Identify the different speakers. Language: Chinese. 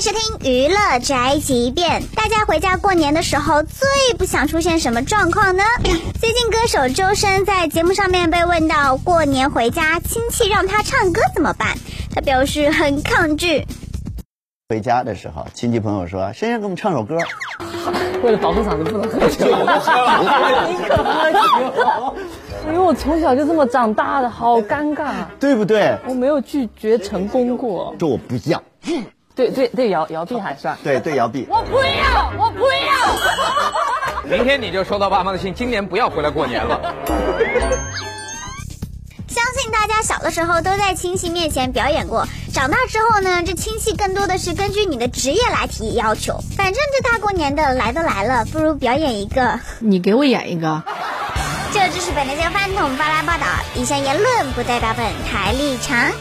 Speaker 1: 收听娱乐宅急便。大家回家过年的时候，最不想出现什么状况呢？最近歌手周深在节目上面被问到过年回家亲戚让他唱歌怎么办，他表示很抗拒。
Speaker 2: 回家的时候，亲戚朋友说：“先生给我们唱首歌。”
Speaker 3: 为了保护嗓子，不能喝 酒。 你可喝酒！因为我从小就这么长大的，好尴尬。
Speaker 2: 对不对？
Speaker 3: 我没有拒绝成功过。
Speaker 2: 说我不要，
Speaker 3: 对对对，摇摇臂还算。
Speaker 2: 对对，摇臂。
Speaker 4: 我不要，我不要。
Speaker 5: 明天你就收到爸妈的信，今年不要回来过年了。
Speaker 1: 相信大家小的时候都在亲戚面前表演过，长大之后呢，这亲戚更多的是根据你的职业来提要求。反正这大过年的来都来了，不如表演一个。
Speaker 6: 你给我演一个。
Speaker 1: 这就是本台饭桶巴拉报道，以上言论不代表本台立场。